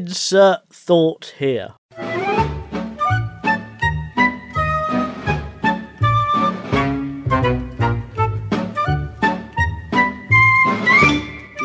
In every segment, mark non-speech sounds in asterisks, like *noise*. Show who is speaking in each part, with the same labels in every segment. Speaker 1: Insert thought here.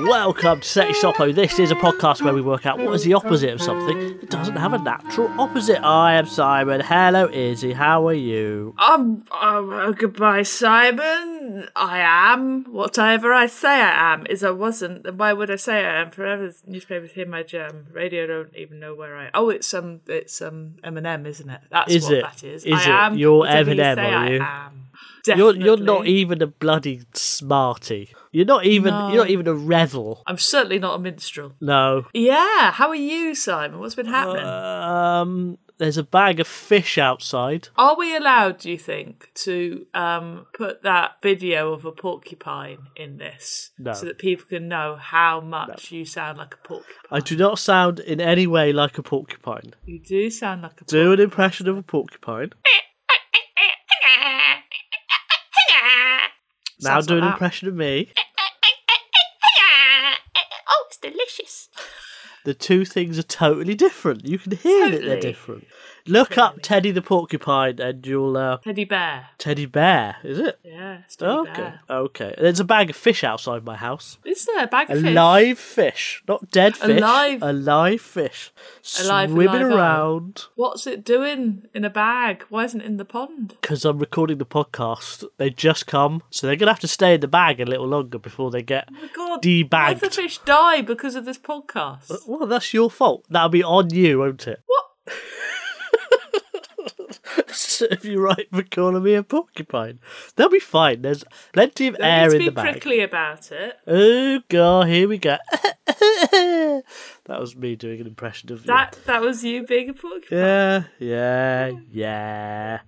Speaker 1: Welcome to Seti Sopo. This is a podcast where we work out what is the opposite of something that doesn't have a natural opposite. I am Simon. Hello, Izzy. How are you?
Speaker 2: Um, um, uh, goodbye, Simon. I am whatever I say I am. Is I wasn't. Then why would I say I am? Forever newspapers hear my gem. Radio don't even know where I. Oh, it's um, it's um, Eminem, isn't it? That's
Speaker 1: Is
Speaker 2: what
Speaker 1: it?
Speaker 2: that is.
Speaker 1: Is
Speaker 2: I
Speaker 1: it?
Speaker 2: am.
Speaker 1: You're
Speaker 2: whatever
Speaker 1: Eminem,
Speaker 2: say
Speaker 1: are you?
Speaker 2: I am.
Speaker 1: You're, you're not e-
Speaker 2: Definitely.
Speaker 1: even a bloody smarty. You're not even you're not even a revel.
Speaker 2: I'm certainly not a minstrel.
Speaker 1: No.
Speaker 2: Yeah. How are you, Simon? What's been happening?
Speaker 1: Um. There's a bag of fish outside.
Speaker 2: Are we allowed, do you think, to um, put that video of a porcupine in this
Speaker 1: No.
Speaker 2: so that people can know how much you sound like a porcupine?
Speaker 1: I do not sound in any way like a porcupine.
Speaker 2: You do sound like a porcupine.
Speaker 1: Do an impression of a porcupine. Now
Speaker 2: Sounds
Speaker 1: do
Speaker 2: like
Speaker 1: an
Speaker 2: that.
Speaker 1: impression of me.
Speaker 2: Oh, it's delicious.
Speaker 1: The two things are totally different. You can hear that they're
Speaker 2: Totally.
Speaker 1: different. Look up Teddy the porcupine and you'll uh,
Speaker 2: Teddy bear.
Speaker 1: Teddy bear, is it?
Speaker 2: Yeah, it's teddy
Speaker 1: Okay.
Speaker 2: bear.
Speaker 1: Okay. There's a bag of fish outside my house.
Speaker 2: Is there a bag of
Speaker 1: A
Speaker 2: fish?
Speaker 1: live fish, not dead fish.
Speaker 2: Alive.
Speaker 1: A live fish.
Speaker 2: Alive,
Speaker 1: swimming
Speaker 2: alive, oh.
Speaker 1: around.
Speaker 2: What's it doing in a bag? Why isn't it in the pond?
Speaker 1: Because I'm recording the podcast. They just come, so they're gonna have to stay in the bag a little longer before they get.
Speaker 2: Oh my God, why
Speaker 1: Debagged.
Speaker 2: did the fish die because of this podcast?
Speaker 1: Well, that's your fault. That'll be on you, won't it? *laughs*
Speaker 2: What?
Speaker 1: Serve you right for calling me a porcupine. They'll be fine. There's plenty of air
Speaker 2: Let's
Speaker 1: in
Speaker 2: be
Speaker 1: the bag.
Speaker 2: prickly about it.
Speaker 1: Oh god, here we go. *laughs* that was me doing an impression of you.
Speaker 2: That that was you being a porcupine.
Speaker 1: Yeah, yeah, yeah.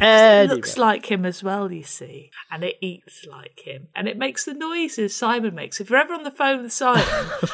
Speaker 2: It
Speaker 1: Anyway,
Speaker 2: looks like him as well, you see, and it eats like him, and it makes the noises Simon makes. If you're ever on the phone
Speaker 1: *laughs*
Speaker 2: with Simon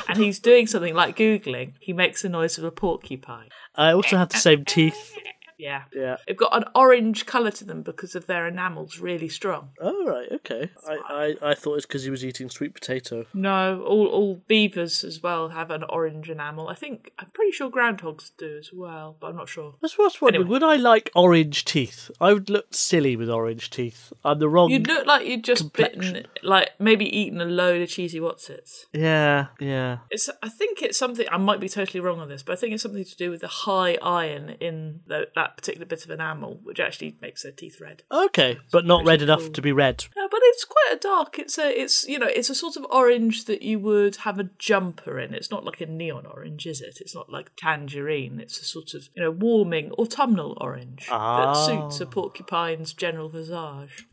Speaker 2: and he's doing something like googling, he makes the noise of a porcupine.
Speaker 1: I also have the same teeth.
Speaker 2: Yeah,
Speaker 1: Yeah.
Speaker 2: they've got an orange colour to them because of their enamels really strong.
Speaker 1: All Oh, right. Okay. I I, I thought it's because he was eating sweet potato.
Speaker 2: No, all all beavers as well have an orange enamel. I think I'm pretty sure groundhogs do as well, but I'm not sure.
Speaker 1: That's what I was wondering.
Speaker 2: Anyway.
Speaker 1: Would I like orange teeth? I would look silly with orange teeth. I'm the wrong.
Speaker 2: You'd look like you'd just bitten,
Speaker 1: Complexion.
Speaker 2: like maybe eaten a load of cheesy Watsits.
Speaker 1: Yeah. Yeah.
Speaker 2: It's, I think it's something. I might be totally wrong on this, but I think it's something to do with the high iron in the, that particular bit of enamel, which actually makes their teeth red.
Speaker 1: Okay, but not red enough to be red.
Speaker 2: No, but it's quite a dark. It's a, it's you know, it's a sort of orange that you would have a jumper in. It's not like a neon orange, is it? It's not like tangerine. It's a sort of you know warming autumnal orange
Speaker 1: Ah.
Speaker 2: that suits a porcupine's general visage.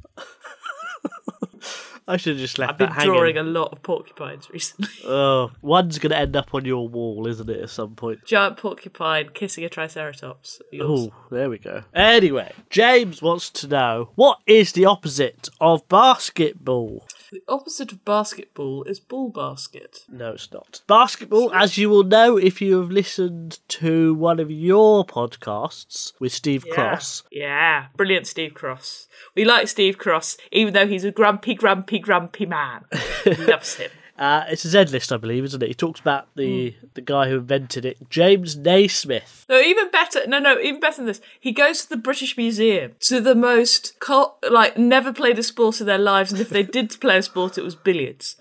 Speaker 1: I should have just left
Speaker 2: I've been
Speaker 1: that hanging.
Speaker 2: drawing a lot of porcupines *laughs* recently.
Speaker 1: Oh, one's gonna end up on your wall, isn't it? At some point.
Speaker 2: Giant porcupine kissing a triceratops. Yours.
Speaker 1: Oh, there we go. Anyway, James wants to know what is the opposite of basketball?
Speaker 2: The opposite of basketball is ball basket.
Speaker 1: No, it's not. Basketball, as you will know if you have listened to one of your podcasts with Steve Cross.
Speaker 2: Yeah, brilliant Steve Cross. We like Steve Cross, even though he's a grumpy, grumpy, grumpy man. He *laughs* loves him.
Speaker 1: Uh, it's a Z list, I believe, isn't it? He talks about the the guy who invented it, James Naismith.
Speaker 2: No, even better. No, no, even better than this. He goes to the British Museum to the most cult, like never played a sport in their lives, and if they did *laughs* play a sport, it was billiards.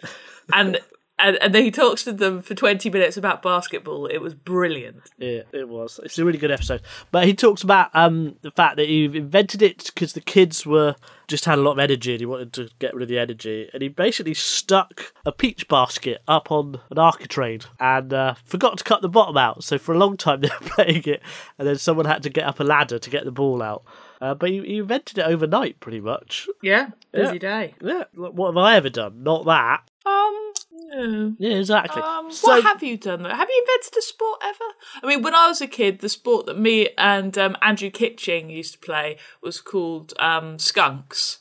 Speaker 2: And and, and then he talks to them for twenty minutes about basketball. It was brilliant.
Speaker 1: Yeah, it was. It's a really good episode. But he talks about um the fact that he invented it because the kids were just had a lot of energy and he wanted to get rid of the energy. And he basically stuck a peach basket up on an architrave and uh, forgot to cut the bottom out. So for a long time *laughs* they were playing it, and then someone had to get up a ladder to get the ball out. Uh, but he, he invented it overnight, pretty much.
Speaker 2: Yeah, busy day.
Speaker 1: Yeah, what have I ever done? Not that.
Speaker 2: Um, no.
Speaker 1: Yeah, exactly.
Speaker 2: Um,
Speaker 1: So-
Speaker 2: what have you done though? Have you invented a sport ever? I mean, when I was a kid, the sport that me and um, Andrew Kitching used to play was called
Speaker 1: *laughs*
Speaker 2: um, skunks,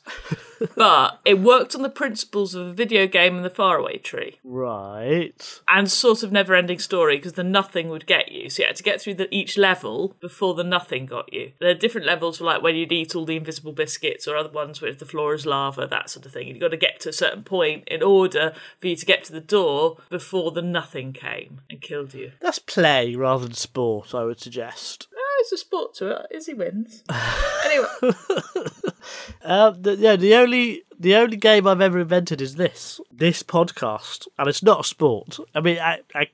Speaker 2: but it worked on the principles of a video game and the faraway tree
Speaker 1: right.
Speaker 2: and sort of never-ending story because the nothing would get you. you. So you had to get through the, each level before the nothing got you. There are different levels, like when you'd eat all the invisible biscuits or other ones where the floor is lava, that sort of thing. You've got to get to a certain point in order for you to get to the door before the nothing came and killed you.
Speaker 1: That's play rather than sport, I would suggest.
Speaker 2: Oh, it's a sport to it. Izzy *laughs* wins. anyway,
Speaker 1: Uh, the, yeah, the only the only game I've ever invented is this this podcast, and it's not a sport. I mean, I, I,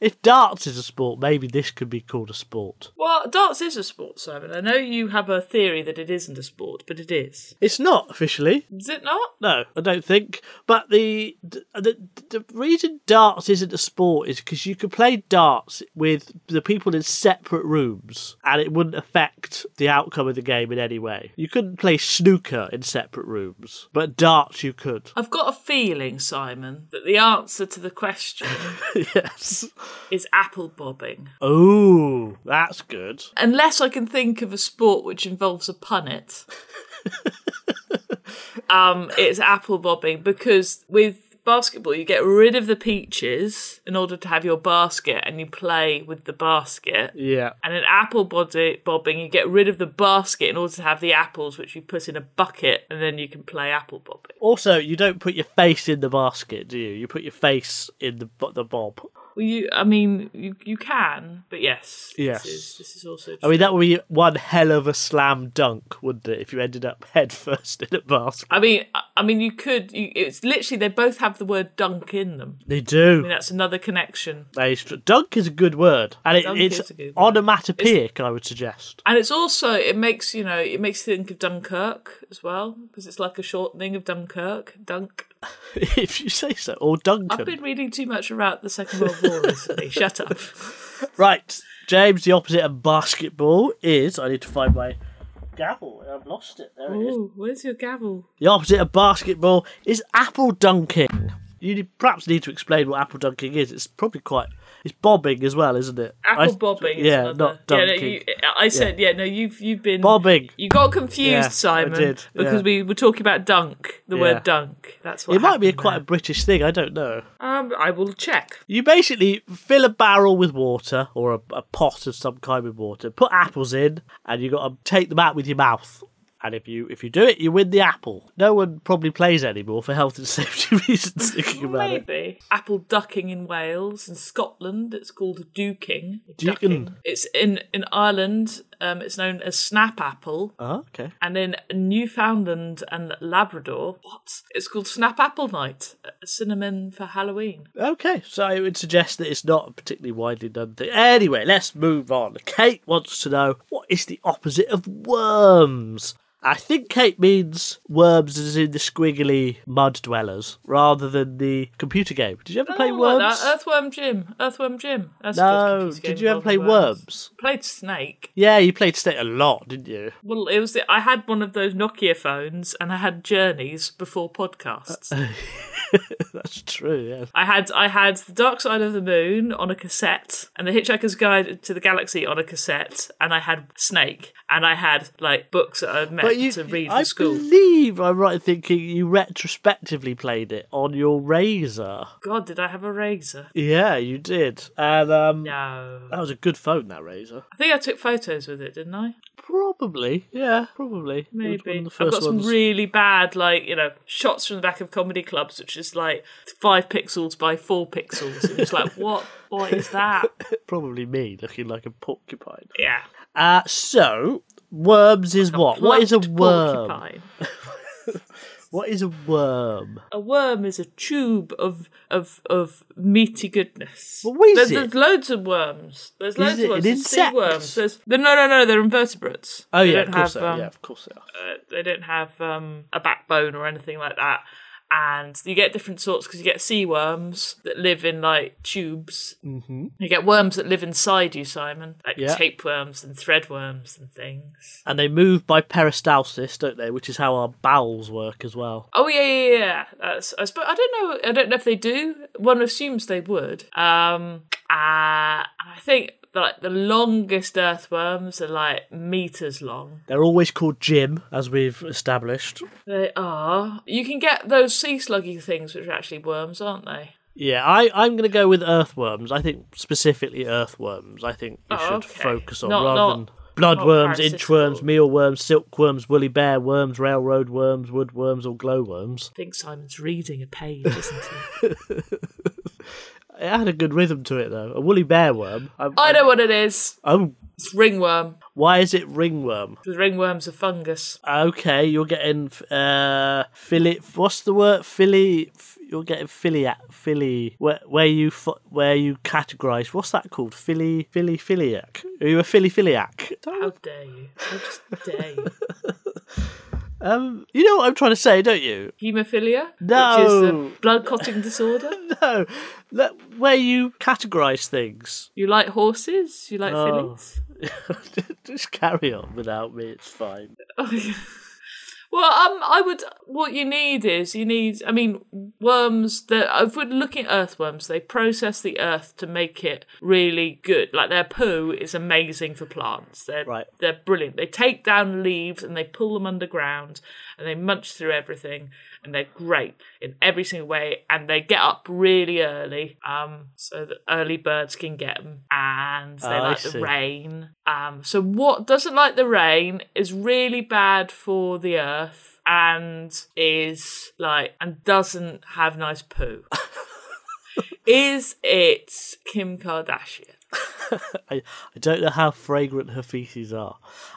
Speaker 1: if darts is a sport, maybe this could be called a sport.
Speaker 2: well, darts is a sport, Simon. I know you have a theory that it isn't a sport, but it is.
Speaker 1: It's not officially.
Speaker 2: Is it not?
Speaker 1: No, I don't think. But the the, the, the reason darts isn't a sport is because you could play darts with the people in separate rooms, and it wouldn't affect the outcome of the game in any way. You couldn't play snooker in separate rooms, but darts you could. *laughs*
Speaker 2: I've got a feeling, Simon, that the answer to the question
Speaker 1: yes.
Speaker 2: is apple bobbing.
Speaker 1: Oh, that's good.
Speaker 2: Unless I can think of a sport which involves a punnet, um, it's apple bobbing because with basketball you get rid of the peaches in order to have your basket and you play with the basket.
Speaker 1: Yeah.
Speaker 2: And in apple body bobbing, you get rid of the basket in order to have the apples, which you put in a bucket, and then you can play apple bobbing.
Speaker 1: Also, you don't put your face in the basket, do you? You put your face in the bo- the bob.
Speaker 2: Well, you, I mean, you you can, but yes,
Speaker 1: Yes.
Speaker 2: this is, this is also.
Speaker 1: I mean, that would be one hell of a slam dunk, wouldn't it? If you ended up *laughs* head first in a basket.
Speaker 2: I mean, I- I mean, you could. You, it's literally they both have the word dunk in them.
Speaker 1: They
Speaker 2: I
Speaker 1: do.
Speaker 2: mean, that's another connection,
Speaker 1: They str- dunk is a good word, and it,
Speaker 2: Dunk
Speaker 1: it's
Speaker 2: is a good word.
Speaker 1: onomatopoeic. I would suggest. *laughs*
Speaker 2: and it's also it makes you know it makes you think of Dunkirk as well because it's like a shortening of Dunkirk, dunk.
Speaker 1: if you say so, or
Speaker 2: I've
Speaker 1: Duncan.
Speaker 2: been reading too much about the Second World War
Speaker 1: *laughs*
Speaker 2: recently. Shut up.
Speaker 1: Right, James. The opposite of basketball is. I need to find my gavel. I've lost it. There it is.
Speaker 2: Ooh, where's your gavel?
Speaker 1: The opposite of basketball is apple dunking. You need- perhaps need to explain what apple dunking is. It's probably quite. It's bobbing as well, isn't it?
Speaker 2: Apple
Speaker 1: I-
Speaker 2: bobbing. is
Speaker 1: Yeah,
Speaker 2: another-
Speaker 1: not
Speaker 2: Yeah, no,
Speaker 1: dunking.
Speaker 2: you- I said, yeah. no, you've you've been
Speaker 1: Bobbing.
Speaker 2: You got confused,
Speaker 1: Yeah, I
Speaker 2: Simon,
Speaker 1: did,
Speaker 2: because
Speaker 1: yeah.
Speaker 2: we were talking about dunk, the
Speaker 1: Yeah.
Speaker 2: word dunk. That's what
Speaker 1: it might be a,
Speaker 2: happened
Speaker 1: quite a British thing. I don't know.
Speaker 2: there. Um, I will check.
Speaker 1: You basically fill a barrel with water or a, a pot of some kind with water. Put apples in, and you got to take them out with your mouth. And if you if you do it, you win the apple. No one probably plays anymore for health and *laughs* safety reasons. Thinking about it,
Speaker 2: Maybe apple ducking in Wales and Scotland. It's called duking. or
Speaker 1: Duking.
Speaker 2: ducking. It's in in Ireland. Um, it's known as snap apple.
Speaker 1: oh, okay.
Speaker 2: And in Newfoundland and Labrador, what? It's called Snap Apple Night, a cinnamon for Halloween.
Speaker 1: Okay, so I would suggest that it's not a particularly widely known thing. Anyway, let's move on. Kate wants to know what is the opposite of worms? I think Kate means worms as in the squiggly mud dwellers rather than the computer game. Did you ever play
Speaker 2: Oh, I like
Speaker 1: worms?
Speaker 2: that. Earthworm Jim. Earthworm Jim. That's a good
Speaker 1: no,
Speaker 2: computer game
Speaker 1: did you ever play
Speaker 2: involving
Speaker 1: worms?
Speaker 2: Played Snake.
Speaker 1: Yeah, you played State a lot, didn't you? *laughs*
Speaker 2: Well, it was. The, I had one of those Nokia phones, and I had Journeys before
Speaker 1: *laughs*
Speaker 2: podcasts.
Speaker 1: That's true, yes.
Speaker 2: I had I had The Dark Side of the Moon on a cassette, and The Hitchhiker's Guide to the Galaxy on a cassette, and I had Snake, and I had like books that I'd meant
Speaker 1: But you,
Speaker 2: to read
Speaker 1: I
Speaker 2: for school.
Speaker 1: believe I'm right in thinking you retrospectively played it on your Razor.
Speaker 2: God, did I have a razor?
Speaker 1: Yeah, you did. And um,
Speaker 2: No,
Speaker 1: that was a good phone, that Razor.
Speaker 2: I think I took photos with it, didn't I?
Speaker 1: Probably, yeah, probably. It was one of
Speaker 2: Maybe.
Speaker 1: the
Speaker 2: I've
Speaker 1: first
Speaker 2: got some
Speaker 1: ones.
Speaker 2: really bad, like, you know, shots from the back of comedy clubs, which is like five pixels by four pixels. And it's like, *laughs* what? What is that?
Speaker 1: probably me looking like a porcupine.
Speaker 2: Yeah.
Speaker 1: Uh, so worms is what? What is a
Speaker 2: Plucked
Speaker 1: worm?
Speaker 2: porcupine.
Speaker 1: What is a worm?
Speaker 2: A worm is a tube of of of meaty goodness.
Speaker 1: But what is
Speaker 2: there's,
Speaker 1: it?
Speaker 2: there's loads of worms. There's loads
Speaker 1: it
Speaker 2: of worms.
Speaker 1: an
Speaker 2: There's sea
Speaker 1: insect?
Speaker 2: worms. There's no, no, no. They're invertebrates.
Speaker 1: Oh
Speaker 2: They
Speaker 1: yeah,
Speaker 2: don't
Speaker 1: of course
Speaker 2: have,
Speaker 1: they are.
Speaker 2: um,
Speaker 1: yeah, of course they are.
Speaker 2: uh, they don't have um, a backbone or anything like that. And you get different sorts because you get sea worms that live in like tubes. Mm-hmm. You get worms that live inside you, Simon, like
Speaker 1: Yeah.
Speaker 2: tapeworms and threadworms and things.
Speaker 1: And they move by peristalsis, don't they? Which is how our bowels work as well.
Speaker 2: Oh yeah, yeah, yeah. That's, I suppose I don't know. I don't know if they do. One assumes they would. Um, uh, I think like the longest earthworms are like meters long.
Speaker 1: They're always called Jim, as we've established.
Speaker 2: They are. You can get those sea sluggy things, which are actually worms, aren't they?
Speaker 1: Yeah, I, I'm going to go with earthworms. I think specifically earthworms. I think you
Speaker 2: Oh,
Speaker 1: should
Speaker 2: okay.
Speaker 1: focus on
Speaker 2: Not-
Speaker 1: rather
Speaker 2: not-
Speaker 1: than bloodworms,
Speaker 2: parasitical.
Speaker 1: inchworms, mealworms, silkworms, woolly bear worms, railroad worms, woodworms, or glowworms.
Speaker 2: I think Simon's reading a page, isn't he?
Speaker 1: It had a good rhythm to it though. A woolly bear worm. I,
Speaker 2: *laughs* I know what it is.
Speaker 1: oh,
Speaker 2: It's ringworm.
Speaker 1: why is it ringworm?
Speaker 2: The ringworm's a fungus.
Speaker 1: Okay, you're getting uh phili. What's the word? Philly. f- You're getting philly. Philly. Where where you fo- where you categorise? What's that called? Philly. Philly. Philiac. Are you a philly philiac?
Speaker 2: How dare you? How just dare you?
Speaker 1: Um, you know what I'm trying to say, don't you?
Speaker 2: *laughs* Haemophilia? Which is
Speaker 1: No.
Speaker 2: the blood clotting *laughs* disorder?
Speaker 1: No, that, where you categorise things.
Speaker 2: You like horses? You like fillies?
Speaker 1: *laughs* Just carry on without me. It's fine.
Speaker 2: *laughs* Well, um, I would. What you need is you need. I mean, worms. That if we're looking at earthworms, they process the earth to make it really good. Like their poo is amazing for plants. They're
Speaker 1: Right.
Speaker 2: they're brilliant. They take down leaves and they pull them underground and they munch through everything and they're great in every single way. And they get up really early, um, so that early birds can get them. And they
Speaker 1: Oh, I
Speaker 2: like
Speaker 1: see.
Speaker 2: the rain. Um, so what doesn't like the rain is really bad for the earth and is like and doesn't have nice
Speaker 1: *laughs*
Speaker 2: poo. is it Kim Kardashian?
Speaker 1: I, I don't know how fragrant her feces are.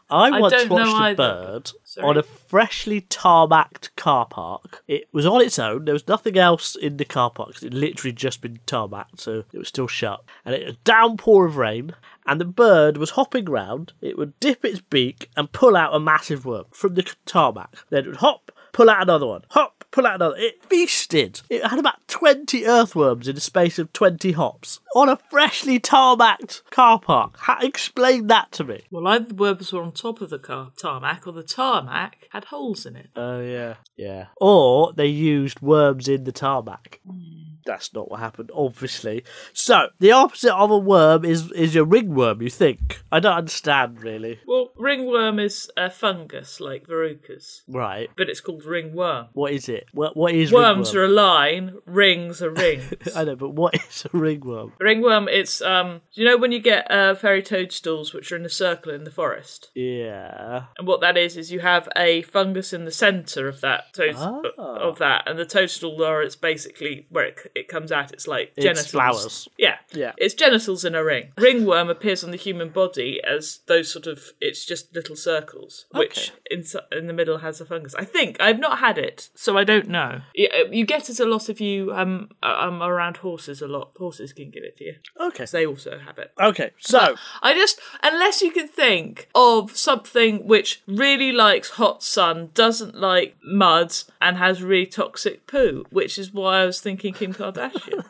Speaker 1: I, once
Speaker 2: don't know
Speaker 1: watched a
Speaker 2: either.
Speaker 1: bird
Speaker 2: Sorry.
Speaker 1: on a freshly tarmacked car park. It was on its own. There was nothing else in the car park. 'cause It literally just been tarmacked, so it was still shut. And it was a downpour of rain. And the bird was hopping round. It would dip its beak and pull out a massive worm from the tarmac. Then it would hop, pull out another one, hop, pull out another. It feasted. It had about 20 earthworms in a space of 20 hops on a freshly tarmacked car park. Ha- explain that to me.
Speaker 2: Well, either the worms were on top of the car tarmac or the tarmac had holes in it.
Speaker 1: Oh, yeah. Yeah. Or they used worms in the tarmac.
Speaker 2: Hmm.
Speaker 1: That's not what happened, obviously. So, the opposite of a worm is, is your ringworm, you think. I don't understand, really.
Speaker 2: Well, ringworm is a fungus like verrucas,
Speaker 1: Right.
Speaker 2: but it's called ringworm.
Speaker 1: What is it? What, what is
Speaker 2: Worms
Speaker 1: ringworm?
Speaker 2: are a line, rings
Speaker 1: *laughs*
Speaker 2: are rings.
Speaker 1: I know, but what is a ringworm?
Speaker 2: Ringworm, it's um, do you know when you get uh, fairy toadstools, which are in a circle in the forest,
Speaker 1: Yeah.
Speaker 2: and what that is is you have a fungus in the centre of that toad uh,
Speaker 1: Ah.
Speaker 2: of that, and the toadstool layer, it's basically where it, c- it comes out. It's like genitals.
Speaker 1: flowers.
Speaker 2: Yeah,
Speaker 1: Yeah.
Speaker 2: It's genitals in a ring. Ringworm appears on the human body as those sort of it's just little circles, which in in the middle has a fungus. I think I've not had it, so I don't know. You, you get it a lot if you um are- um are around horses a lot. Horses can give it to you.
Speaker 1: Okay.
Speaker 2: They also have it.
Speaker 1: Okay, so
Speaker 2: I just, unless you can think of something which really likes hot sun, doesn't like mud, and has really toxic poo, which is why I was thinking Kim
Speaker 1: *laughs*
Speaker 2: Kardashian.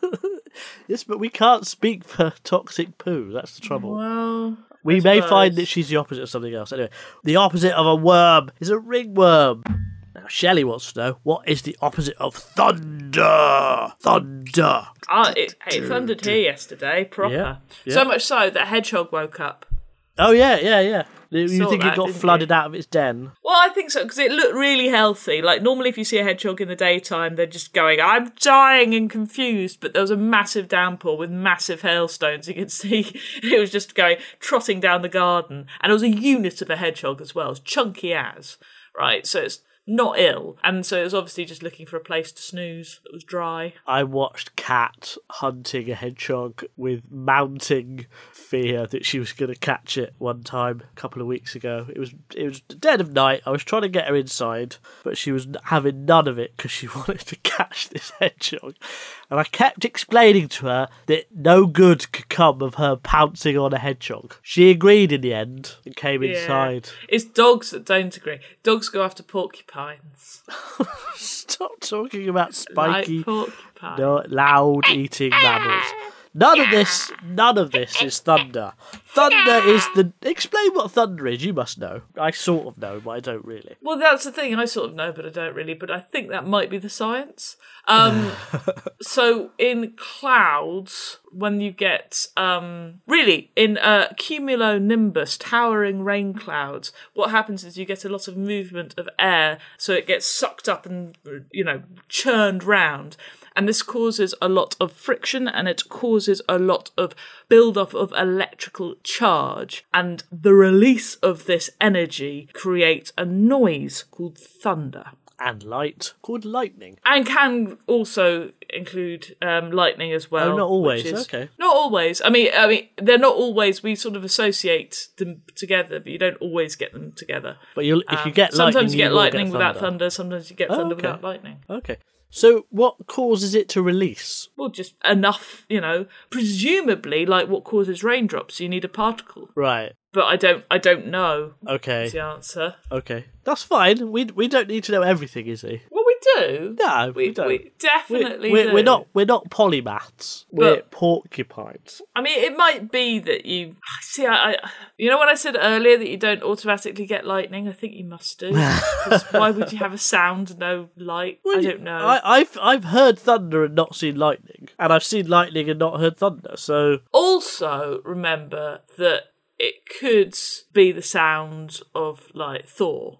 Speaker 1: yes, but we can't speak for toxic poo. That's the trouble.
Speaker 2: well,
Speaker 1: we may
Speaker 2: suppose.
Speaker 1: find that she's the opposite of something else. Anyway, the opposite of a worm is a ringworm. Now, Shelley wants to know what is the opposite of thunder? Thunder.
Speaker 2: ah, it, it thundered here yesterday, proper.
Speaker 1: Yeah, yeah.
Speaker 2: So much so that a hedgehog woke up.
Speaker 1: Oh yeah, yeah, yeah. You you
Speaker 2: Saw
Speaker 1: think
Speaker 2: that,
Speaker 1: it got
Speaker 2: didn't
Speaker 1: flooded
Speaker 2: you?
Speaker 1: out of its den?
Speaker 2: Well, I think so because it looked really healthy. Like normally, if you see a hedgehog in the daytime, they're just going, "I'm dying" and confused. But there was a massive downpour with massive hailstones. You could *laughs* see it was just going trotting down the garden, and it was a unit of a hedgehog as well, as chunky as right. So it's not ill, and so it was obviously just looking for a place to snooze that was dry.
Speaker 1: I watched Cat hunting a hedgehog with mounting fear that she was going to catch it one time a couple of weeks ago. It was it was the dead of night. I was trying to get her inside, but she was having none of it because she *laughs* wanted to catch this hedgehog. And I kept explaining to her that no good could come of her pouncing on a hedgehog. She agreed in the end and came
Speaker 2: Yeah.
Speaker 1: inside. *laughs*
Speaker 2: It's dogs that don't agree. Dogs go after porcupines,
Speaker 1: Stop talking about
Speaker 2: like
Speaker 1: spiky
Speaker 2: porcupines.
Speaker 1: No, loud eating mammals. None of this, none of this is thunder. Thunder is the. Explain what thunder is. You must know. I sort of know, but I don't really.
Speaker 2: Well, that's the thing. I sort of know, but I don't really. But I think that might be the science. Um, so in clouds, when you get um, really in uh, cumulonimbus, towering rain clouds, what happens is you get a lot of movement of air, so it gets sucked up and you know churned round. And this causes a lot of friction and it causes a lot of buildup of electrical charge. And the release of this energy creates a noise called thunder
Speaker 1: and light called lightning.
Speaker 2: and can also include um, lightning as well.
Speaker 1: Oh, not always.
Speaker 2: which is-
Speaker 1: Okay.
Speaker 2: Not always. I mean, I mean, they're not always. We sort of associate them together, but you don't always get them together.
Speaker 1: But you'll, if you get lightning,
Speaker 2: Um, sometimes you get
Speaker 1: will
Speaker 2: lightning
Speaker 1: get Oh,
Speaker 2: without thunder. Sometimes you get
Speaker 1: okay.
Speaker 2: thunder without lightning.
Speaker 1: Okay. So what causes it to release?
Speaker 2: Well, just enough, you know. Presumably, like what causes raindrops, you need a particle.
Speaker 1: Right.
Speaker 2: But I don't. I don't know.
Speaker 1: Okay.
Speaker 2: Is the answer?
Speaker 1: Okay. That's fine. We we don't need to know everything, is he?
Speaker 2: Well, we do.
Speaker 1: No, we, don't.
Speaker 2: We
Speaker 1: We're-
Speaker 2: definitely
Speaker 1: we're,
Speaker 2: do.
Speaker 1: we're not we're not polymaths. We're
Speaker 2: But-
Speaker 1: porcupines. *laughs*
Speaker 2: I mean, it might be that you see. I, I, you know, when I said earlier that you don't automatically get lightning, I think you must
Speaker 1: *laughs*
Speaker 2: do. 'Cause why would you have a sound, no light? I don't know.
Speaker 1: I, I've I've heard thunder and not seen lightning, and I've seen lightning and not heard thunder. So
Speaker 2: also, remember that it could be the sound of like Thor.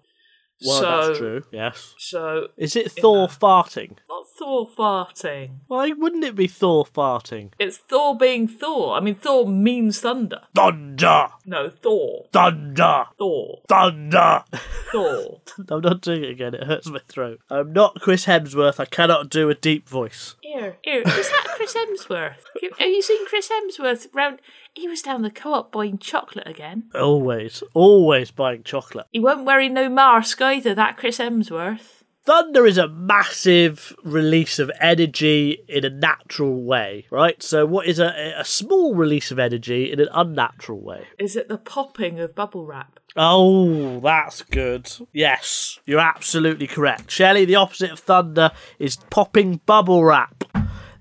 Speaker 1: well,
Speaker 2: so,
Speaker 1: that's true. Yes.
Speaker 2: So
Speaker 1: Is it Thor farting?
Speaker 2: not Thor farting.
Speaker 1: Why wouldn't it be Thor farting?
Speaker 2: It's Thor being Thor. I mean, Thor means thunder.
Speaker 1: Thunder,
Speaker 2: No, Thor,
Speaker 1: thunder,
Speaker 2: Thor,
Speaker 1: thunder. *laughs*
Speaker 2: Thor.
Speaker 1: I'm not doing it again. It hurts my throat. I'm not Chris Hemsworth. I cannot do a deep voice.
Speaker 2: Ew, ew. Is that Chris Hemsworth? *laughs* Have you seen Chris Hemsworth round? He was down the co-op buying chocolate again.
Speaker 1: Always, always buying chocolate.
Speaker 2: He weren't wearing no mask either. That Chris Hemsworth.
Speaker 1: thunder is a massive release of energy in a natural way, right? So, what is a, a small release of energy in an unnatural way?
Speaker 2: Is it the popping of bubble wrap?
Speaker 1: Oh, that's good. Yes, you're absolutely correct. Shelley, the opposite of thunder is popping bubble wrap.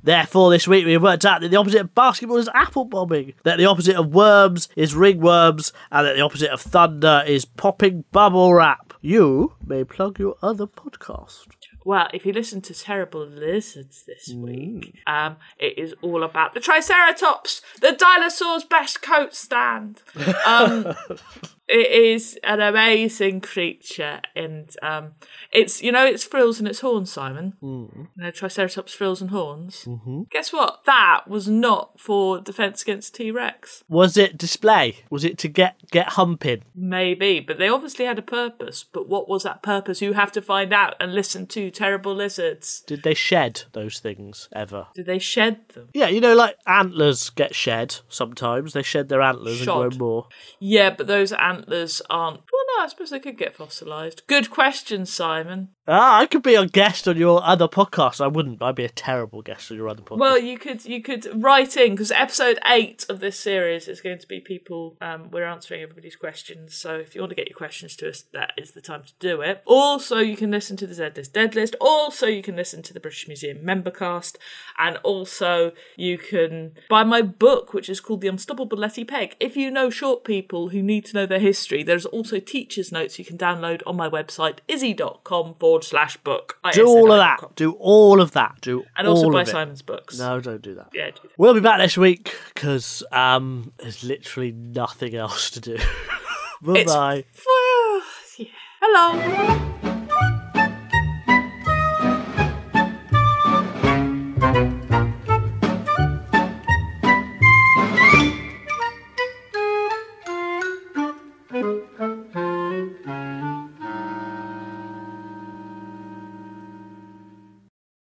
Speaker 1: Therefore, this week we worked out that the opposite of basketball is apple bombing, that the opposite of worms is ringworms, and that the opposite of thunder is popping bubble wrap. You may plug your other podcast.
Speaker 2: Well, if you listen to Terrible Lizards this week, um, it is all about the Triceratops, the dinosaur's best coat stand. Um, it is an amazing creature, and um, it's you know it's frills and it's horns, Simon. You know, Triceratops frills and horns. Mm-hmm. Guess what? That was not for defense against T Rex.
Speaker 1: Was it display? Was it to get get humping?
Speaker 2: Maybe, but they obviously had a purpose. But what was that purpose? You have to find out and listen to Terrible Lizards.
Speaker 1: Did they shed those things ever?
Speaker 2: Did they shed them?
Speaker 1: Yeah, you know, like antlers get shed sometimes. They shed their antlers and
Speaker 2: Shod.
Speaker 1: grow more.
Speaker 2: Yeah, but those antlers aren't. Well, no, I suppose they could get fossilised. Good question, Simon.
Speaker 1: Ah, I could be a guest on your other podcast. I wouldn't. I'd be a terrible guest on your other podcast.
Speaker 2: Well, you could you could write in because episode eight of this series is going to be people. Um, we're answering everybody's questions, so if you want to get your questions to us, that is the time to do it. Also, you can listen to the Z List Dead List. Also, you can listen to the British Museum Membercast, and also you can buy my book, which is called The Unstoppable Letty Peg. If you know short people who need to know their history, there's also teachers' notes you can download on my website izzy.com forward slash book.
Speaker 1: do all of that. Do all of that. Do
Speaker 2: and also
Speaker 1: all
Speaker 2: buy
Speaker 1: of it.
Speaker 2: Simon's books.
Speaker 1: No, don't do that.
Speaker 2: Yeah, do that.
Speaker 1: We'll be back next week because um, there's literally *laughs*
Speaker 2: *sighs*
Speaker 1: nothing else to do. Bye bye.
Speaker 2: Well, yeah. Hello.